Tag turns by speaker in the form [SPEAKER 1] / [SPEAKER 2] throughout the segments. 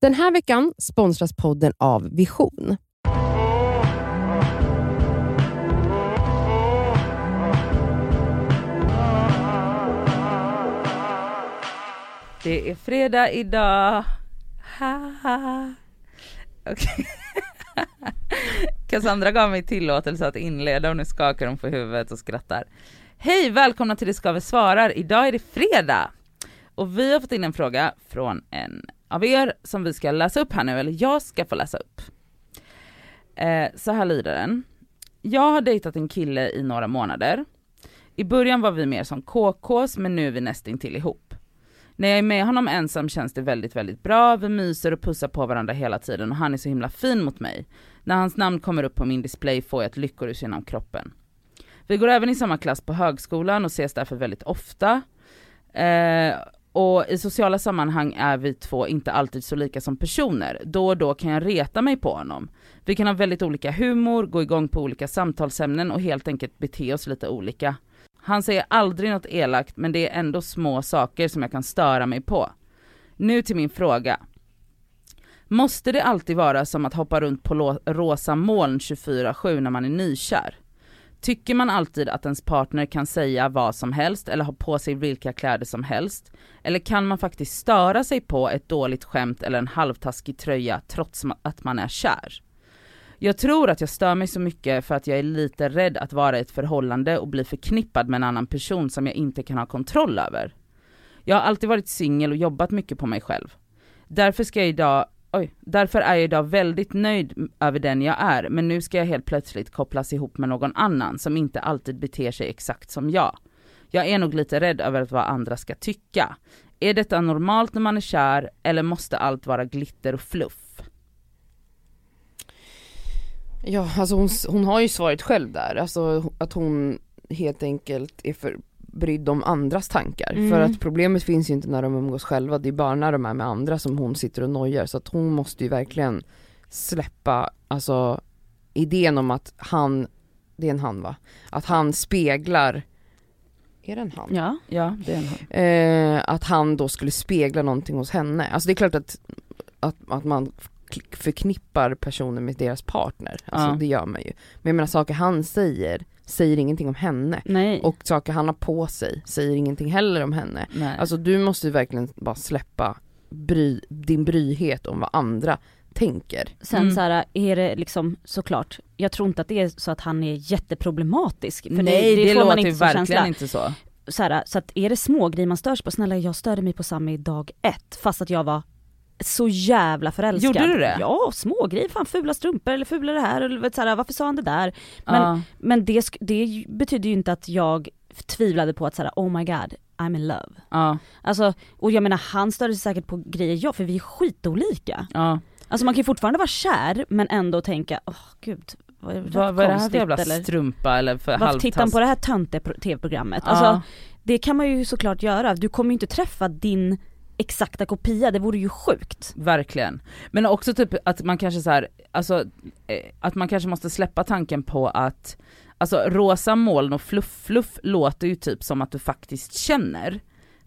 [SPEAKER 1] Den här veckan sponsras podden av Vision.
[SPEAKER 2] Det är fredag idag. Ha, ha. Okej. Cassandra gav mig tillåtelse att inleda och nu skakar hon på huvudet och skrattar. Hej, välkomna till Det skaver svarar. Idag är det fredag och vi har fått in en fråga från en av er som vi ska läsa upp här nu, eller jag ska få läsa upp. Eh, så här lyder den. Jag har dejtat en kille i några månader. I början var vi mer som KKs men nu är vi nästintill ihop. När jag är med honom ensam känns det väldigt, väldigt bra. Vi myser och pussar på varandra hela tiden och han är så himla fin mot mig. När hans namn kommer upp på min display får jag ett lyckorus genom kroppen. Vi går även i samma klass på högskolan och ses därför väldigt ofta. Eh, och i sociala sammanhang är vi två inte alltid så lika som personer. Då och då kan jag reta mig på honom. Vi kan ha väldigt olika humor, gå igång på olika samtalsämnen och helt enkelt bete oss lite olika. Han säger aldrig något elakt men det är ändå små saker som jag kan störa mig på. Nu till min fråga. Måste det alltid vara som att hoppa runt på lo- rosa moln 24-7 när man är nykär? Tycker man alltid att ens partner kan säga vad som helst eller ha på sig vilka kläder som helst? Eller kan man faktiskt störa sig på ett dåligt skämt eller en halvtaskig tröja trots ma- att man är kär? Jag tror att jag stör mig så mycket för att jag är lite rädd att vara i ett förhållande och bli förknippad med en annan person som jag inte kan ha kontroll över. Jag har alltid varit singel och jobbat mycket på mig själv. Därför ska jag idag, oj, därför är jag idag väldigt nöjd m- över den jag är, men nu ska jag helt plötsligt kopplas ihop med någon annan som inte alltid beter sig exakt som jag. Jag är nog lite rädd över vad andra ska tycka. Är detta normalt när man är kär, eller måste allt vara glitter och fluff?
[SPEAKER 1] Ja, alltså hon, hon har ju svaret själv där, alltså att hon helt enkelt är för brydd om andras tankar.
[SPEAKER 2] Mm.
[SPEAKER 1] För att problemet finns ju inte när de umgås själva, det är bara när de är med andra som hon sitter och nojar. Så att hon måste ju verkligen släppa, alltså idén om att han, det är en han va? Att han speglar, är det en han?
[SPEAKER 2] Ja, ja det är en
[SPEAKER 1] eh, att han då skulle spegla någonting hos henne. Alltså det är klart att, att, att man k- förknippar personer med deras partner, alltså
[SPEAKER 2] Ja.
[SPEAKER 1] det gör man ju. Men jag menar saker han säger, säger ingenting om henne.
[SPEAKER 2] Nej.
[SPEAKER 1] Och saker han har på sig säger ingenting heller om henne.
[SPEAKER 2] Nej.
[SPEAKER 1] Alltså du måste ju verkligen bara släppa bry, din bryhet om vad andra tänker.
[SPEAKER 3] Sen
[SPEAKER 2] Mm.
[SPEAKER 3] så här är det liksom såklart, jag tror inte att det är så att han är jätteproblematisk. För
[SPEAKER 2] Nej det,
[SPEAKER 3] får man
[SPEAKER 2] låter
[SPEAKER 3] inte
[SPEAKER 2] ju
[SPEAKER 3] som
[SPEAKER 2] verkligen
[SPEAKER 3] känsla.
[SPEAKER 2] inte så.
[SPEAKER 3] Så, här, så att är det små grejer man störs på, snälla jag störde mig på Sami dag ett fast att jag var så jävla förälskad.
[SPEAKER 2] Gjorde du det?
[SPEAKER 3] Ja, små grejer, fan fula strumpor eller fula det här eller vet, så här, varför sa han det där? Men,
[SPEAKER 2] Ja.
[SPEAKER 3] men det, sk- det ju- betyder ju inte att jag tvivlade på att så här, oh my god, I'm in love.
[SPEAKER 2] ja,
[SPEAKER 3] Alltså, och jag menar han störde sig säkert på grejer jag, för vi är skitolika.
[SPEAKER 2] ja.
[SPEAKER 3] Alltså man kan ju fortfarande vara kär men ändå tänka, åh gud, vad är det,
[SPEAKER 2] Vad vad är det här
[SPEAKER 3] konstigt
[SPEAKER 2] för jävla
[SPEAKER 3] eller?
[SPEAKER 2] strumpa eller för
[SPEAKER 3] Varför tittar han
[SPEAKER 2] halvtass?
[SPEAKER 3] på det här töntiga pro- tv-programmet?
[SPEAKER 2] Ja.
[SPEAKER 3] Alltså det kan man ju såklart göra, du kommer ju inte träffa din exakta kopia, det vore ju sjukt.
[SPEAKER 2] Verkligen. Men också typ att man kanske så här, alltså eh, att man kanske måste släppa tanken på att, alltså rosa moln och fluff-fluff låter ju typ som att du faktiskt känner.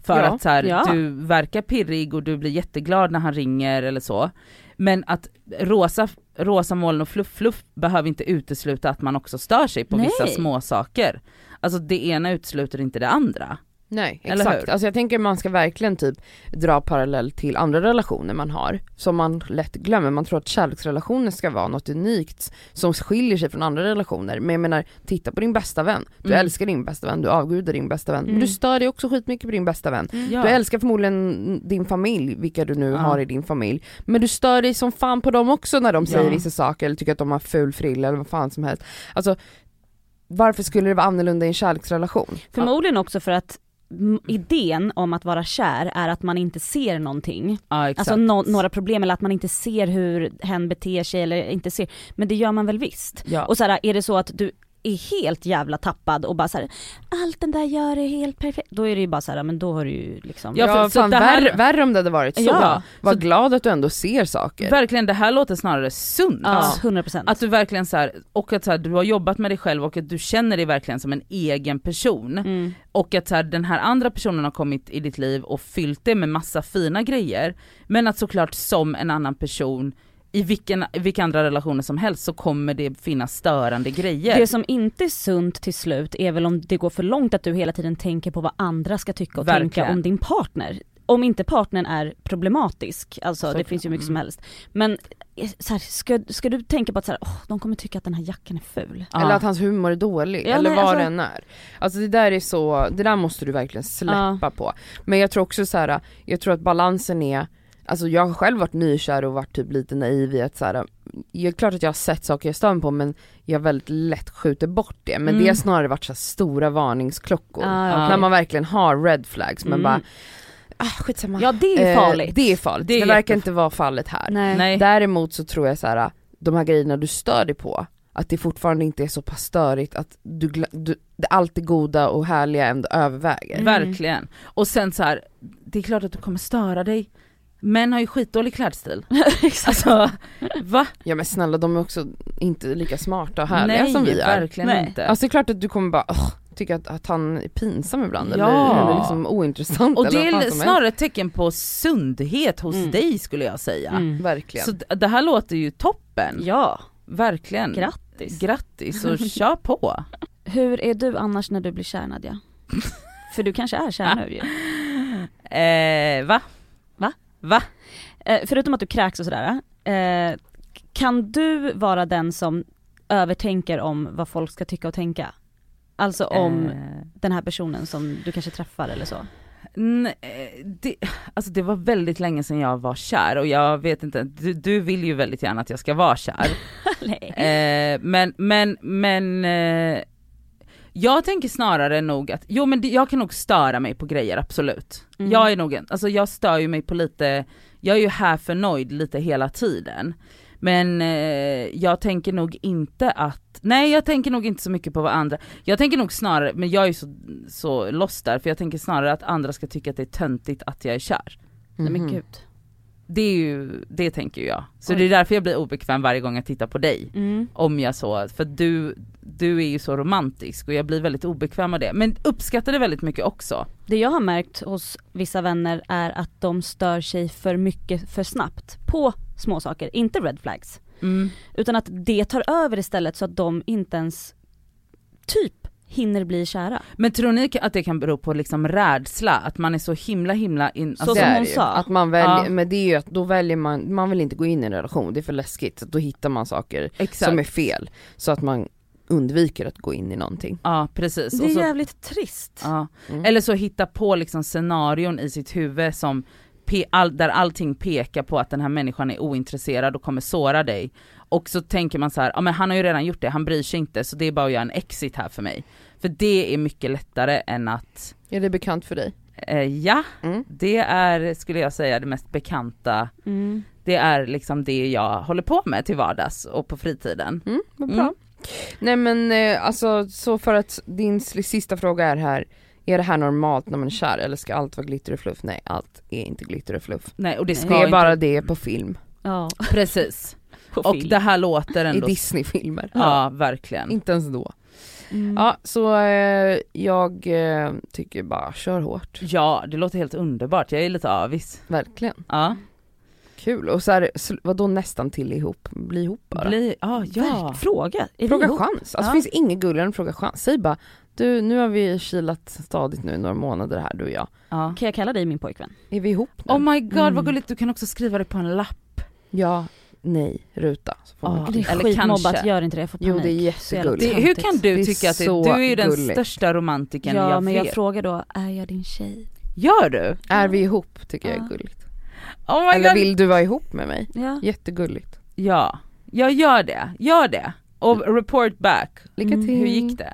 [SPEAKER 2] För
[SPEAKER 1] Ja,
[SPEAKER 2] att så här,
[SPEAKER 3] ja.
[SPEAKER 2] du verkar pirrig och du blir jätteglad när han ringer eller så. Men att rosa, rosa moln och fluff-fluff behöver inte utesluta att man också stör sig på vissa
[SPEAKER 3] Nej.
[SPEAKER 2] små saker. Alltså det ena utesluter inte det andra.
[SPEAKER 1] Nej
[SPEAKER 2] Eller
[SPEAKER 1] exakt,
[SPEAKER 2] hur?
[SPEAKER 1] alltså jag tänker man ska verkligen typ dra parallell till andra relationer man har som man lätt glömmer, man tror att kärleksrelationer ska vara något unikt som skiljer sig från andra relationer men jag menar titta på din bästa vän, du
[SPEAKER 2] Mm.
[SPEAKER 1] älskar din bästa vän, du avgudar din bästa vän men
[SPEAKER 3] Mm.
[SPEAKER 1] du stör dig också skitmycket på din bästa vän.
[SPEAKER 2] Ja.
[SPEAKER 1] Du älskar förmodligen din familj, vilka du nu
[SPEAKER 2] Ja.
[SPEAKER 1] har i din familj men du stör dig som fan på dem också när de säger
[SPEAKER 2] Ja.
[SPEAKER 1] vissa saker eller tycker att de har ful frilla eller vad fan som helst. Alltså varför skulle det vara annorlunda i en kärleksrelation?
[SPEAKER 3] Förmodligen också för att
[SPEAKER 2] Mm.
[SPEAKER 3] m- idén om att vara kär är att man inte ser någonting.
[SPEAKER 2] ja, exakt.
[SPEAKER 3] Alltså nå- några problem eller att man inte ser hur hen beter sig eller inte ser, men det gör man väl visst.
[SPEAKER 2] ja.
[SPEAKER 3] Och så här, är det så att du är helt jävla tappad och bara så här, allt den där gör är helt perfekt. Då är det ju bara så här, men då har du ju liksom.
[SPEAKER 2] Ja,
[SPEAKER 1] Ja,
[SPEAKER 2] för- så
[SPEAKER 1] fan
[SPEAKER 2] det här-
[SPEAKER 1] värre, värre om det hade varit så.
[SPEAKER 2] Ja,
[SPEAKER 1] Var
[SPEAKER 2] så-
[SPEAKER 1] glad att du ändå ser saker.
[SPEAKER 2] Verkligen, det här låter snarare sunt.
[SPEAKER 3] Ja, 100%.
[SPEAKER 2] Att du verkligen så här, och att så här, du har jobbat med dig själv och att du känner dig verkligen som en egen person.
[SPEAKER 3] mm.
[SPEAKER 2] Och att så här, den här andra personen har kommit i ditt liv och fyllt det med massa fina grejer. Men att såklart som en annan person i vilken, i vilka andra relationer som helst så kommer det finnas störande grejer.
[SPEAKER 3] Det som inte är sunt till slut är väl om det går för långt att du hela tiden tänker på vad andra ska tycka och tänka
[SPEAKER 2] Verkligen.
[SPEAKER 3] om din partner. Om inte partnern är problematisk, alltså det
[SPEAKER 2] Såklart.
[SPEAKER 3] finns ju mycket som helst. Men eh, så här, ska, ska du tänka på att så här, "Åh, de kommer tycka att den här jackan är ful.
[SPEAKER 2] Ja.
[SPEAKER 1] Eller att hans humor är dålig,
[SPEAKER 3] Ja,
[SPEAKER 1] eller
[SPEAKER 3] nej,
[SPEAKER 1] vad
[SPEAKER 3] alltså-
[SPEAKER 1] den är. Alltså det där är så, det där måste du verkligen släppa på. Men jag tror också så här, jag tror att balansen är, alltså jag har själv varit nykär och varit typ lite naiv i att så här, jag, klart att jag har sett saker jag stör mig på men jag väldigt lätt skjuter bort det. Men det har
[SPEAKER 2] Mm.
[SPEAKER 1] snarare varit så här stora varningsklockor.
[SPEAKER 3] Ah,
[SPEAKER 2] Ja.
[SPEAKER 3] okej.
[SPEAKER 1] När man verkligen har red flags men
[SPEAKER 3] Mm.
[SPEAKER 1] bara, ah skitsamma.
[SPEAKER 3] Ja det är ju
[SPEAKER 1] Eh,
[SPEAKER 3] farligt.
[SPEAKER 1] Det är farligt,
[SPEAKER 2] Det
[SPEAKER 1] det,
[SPEAKER 2] är
[SPEAKER 1] verkar
[SPEAKER 2] jättef-
[SPEAKER 1] inte vara fallet här.
[SPEAKER 3] Nej.
[SPEAKER 2] Nej.
[SPEAKER 1] Däremot så tror jag så här, de här grejerna du stör dig på, att det fortfarande inte är så pass störigt att du, gla- du, det- allt det goda och härliga ändå överväger.
[SPEAKER 3] Mm.
[SPEAKER 2] Verkligen. Och sen så här, det är klart att du kommer störa dig. Män har ju skitdålig klädstil. alltså, va?
[SPEAKER 1] Ja men snälla de är också inte lika smarta och härliga
[SPEAKER 2] Nej,
[SPEAKER 1] som vi är.
[SPEAKER 2] verkligen
[SPEAKER 3] Nej.
[SPEAKER 2] inte.
[SPEAKER 1] Alltså det är klart att du kommer bara "Åh, tycka att, att han är pinsam ibland
[SPEAKER 2] Ja.
[SPEAKER 1] eller, eller liksom ointressant
[SPEAKER 2] och det
[SPEAKER 1] eller vad
[SPEAKER 2] är
[SPEAKER 1] fan som helst.
[SPEAKER 2] snarare ett tecken på sundhet hos
[SPEAKER 3] Mm.
[SPEAKER 2] dig skulle jag säga.
[SPEAKER 3] Mm.
[SPEAKER 1] Verkligen.
[SPEAKER 2] Så d- det här låter ju toppen,
[SPEAKER 3] Ja,
[SPEAKER 2] verkligen.
[SPEAKER 3] grattis.
[SPEAKER 2] Grattis och kör på.
[SPEAKER 3] Hur är du annars när du blir kär Nadja? För du kanske är kär nu ju.
[SPEAKER 2] Eh, va?
[SPEAKER 3] Va?
[SPEAKER 2] Va?
[SPEAKER 3] Eh, förutom att du kräks och sådär, eh, kan du vara den som övertänker om vad folk ska tycka och tänka? Alltså om
[SPEAKER 2] Eh,
[SPEAKER 3] den här personen som du kanske träffar eller så?
[SPEAKER 2] n- eh, det, alltså det var väldigt länge sedan jag var kär och jag vet inte, du, du vill ju väldigt gärna att jag ska vara kär.
[SPEAKER 3] Nej.
[SPEAKER 2] Eh, men, men, men eh, jag tänker snarare nog att, jo men det, jag kan nog störa mig på grejer absolut.
[SPEAKER 3] Mm.
[SPEAKER 2] Jag är nog en, alltså jag stör ju mig på lite, jag är ju här för nöjd lite hela tiden. Men eh, jag tänker nog inte att, nej jag tänker nog inte så mycket på vad andra, jag tänker nog snarare, men jag är ju så, så lost där, för jag tänker snarare att andra ska tycka att det är töntigt att jag är kär.
[SPEAKER 3] Nej men
[SPEAKER 1] Mhm.
[SPEAKER 3] gud.
[SPEAKER 2] Det är ju, det tänker ju jag. Så
[SPEAKER 3] Oj.
[SPEAKER 2] det är därför jag blir obekväm varje gång jag tittar på dig.
[SPEAKER 3] Mm.
[SPEAKER 2] Om jag så, för du, du är ju så romantisk och jag blir väldigt obekväm av det. Men uppskattar det väldigt mycket också.
[SPEAKER 3] Det jag har märkt hos vissa vänner är att de stör sig för mycket för snabbt på små saker, inte red flags. Utan att det tar över istället så att de inte ens typ hinner bli kära.
[SPEAKER 2] Men tror ni att det kan bero på liksom rädsla? Att man är så himla himla in...
[SPEAKER 3] Så
[SPEAKER 2] alltså,
[SPEAKER 1] Det
[SPEAKER 3] som
[SPEAKER 1] är
[SPEAKER 3] hon
[SPEAKER 1] det ju.
[SPEAKER 3] sa.
[SPEAKER 1] Att man väljer,
[SPEAKER 2] Ja.
[SPEAKER 1] men det är ju att då väljer man, man vill inte gå in i en relation, det är för läskigt. Så då hittar man saker
[SPEAKER 2] exakt.
[SPEAKER 1] som är fel. Så att man undviker att gå in i någonting.
[SPEAKER 2] Ja precis. Alltså,
[SPEAKER 3] Det
[SPEAKER 2] Och
[SPEAKER 3] är
[SPEAKER 2] så,
[SPEAKER 3] jävligt trist.
[SPEAKER 2] ja.
[SPEAKER 1] Mm.
[SPEAKER 2] Eller så hitta på liksom scenarion i sitt huvud som pe- all, där allting pekar på att den här människan är ointresserad och kommer såra dig. Och så tänker man så här, ja men han har ju redan gjort det, han bryr sig inte så det är bara att göra en exit här för mig. För det är mycket lättare än att,
[SPEAKER 1] Är det bekant för dig?
[SPEAKER 2] eh, ja
[SPEAKER 1] Mm.
[SPEAKER 2] det är skulle jag säga det mest bekanta,
[SPEAKER 3] Mm.
[SPEAKER 2] det är liksom det jag håller på med till vardags och på fritiden.
[SPEAKER 1] Mm, vad bra.
[SPEAKER 2] Mm.
[SPEAKER 1] Nej men eh, alltså så för att din sl- sista fråga är här, är det här normalt när man är kär eller ska allt vara glitter och fluff? Nej allt är inte glitter och fluff.
[SPEAKER 2] Nej och det ska
[SPEAKER 1] Det är
[SPEAKER 2] inte,
[SPEAKER 1] bara det på film,
[SPEAKER 3] Ja.
[SPEAKER 2] precis. Och det här låter
[SPEAKER 1] i
[SPEAKER 2] ändå,
[SPEAKER 1] Disney-filmer.
[SPEAKER 2] ja verkligen.
[SPEAKER 1] Inte ens då.
[SPEAKER 3] Mm.
[SPEAKER 1] Ja så eh, jag eh, tycker bara kör hårt,
[SPEAKER 2] Ja det låter helt underbart, jag är lite avis.
[SPEAKER 1] verkligen.
[SPEAKER 2] Ja.
[SPEAKER 1] Kul och så här, sl- vadå nästan till ihop, bli ihop bara.
[SPEAKER 2] Bli, ah,
[SPEAKER 3] Ja.
[SPEAKER 2] ja.
[SPEAKER 3] Fråga. Är
[SPEAKER 1] Fråga
[SPEAKER 3] vi ihop?
[SPEAKER 1] chans, alltså
[SPEAKER 3] Ja.
[SPEAKER 1] finns inget gulligare än att fråga chans. Säg bara du nu har vi kilat stadigt nu i några månader här du och jag.
[SPEAKER 2] ja.
[SPEAKER 3] Kan jag kalla dig min pojkvän?
[SPEAKER 1] Är vi ihop nu?
[SPEAKER 2] Oh my god
[SPEAKER 3] Mm.
[SPEAKER 2] vad gulligt, du kan också skriva det på en lapp.
[SPEAKER 1] Ja, nej, ruta. Så får man
[SPEAKER 2] Ja,
[SPEAKER 1] klicka.
[SPEAKER 3] Det är
[SPEAKER 2] eller
[SPEAKER 3] skitmobbat,
[SPEAKER 2] kanske.
[SPEAKER 3] gör inte det, jag får panik.
[SPEAKER 1] Jo det är
[SPEAKER 3] Så jävla
[SPEAKER 1] jättegulligt.
[SPEAKER 2] Det, hur kan
[SPEAKER 1] Det
[SPEAKER 2] du
[SPEAKER 1] är
[SPEAKER 2] tycka att det,
[SPEAKER 1] så
[SPEAKER 2] du är ju den
[SPEAKER 1] gulligt.
[SPEAKER 2] största romantikern
[SPEAKER 3] Ja
[SPEAKER 2] jag
[SPEAKER 3] men
[SPEAKER 2] vet.
[SPEAKER 3] jag frågar då, är jag din tjej?
[SPEAKER 2] Gör du?
[SPEAKER 1] Är vi ihop tycker jag
[SPEAKER 3] Ja.
[SPEAKER 1] är gulligt.
[SPEAKER 2] Oh my
[SPEAKER 1] Eller
[SPEAKER 2] god.
[SPEAKER 1] vill du vara ihop med mig?
[SPEAKER 3] Ja.
[SPEAKER 1] Jättegulligt.
[SPEAKER 2] Ja, jag gör det, gör det. Och report back,
[SPEAKER 1] Lycka
[SPEAKER 3] Mm,
[SPEAKER 1] till.
[SPEAKER 2] hur gick det?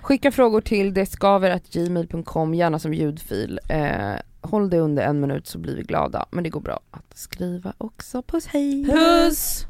[SPEAKER 1] Skicka frågor till detskaver.gmail.com, gärna som ljudfil. Eh, håll det under en minut så blir vi glada. Men det går bra att skriva också. Puss hej!
[SPEAKER 2] Puss!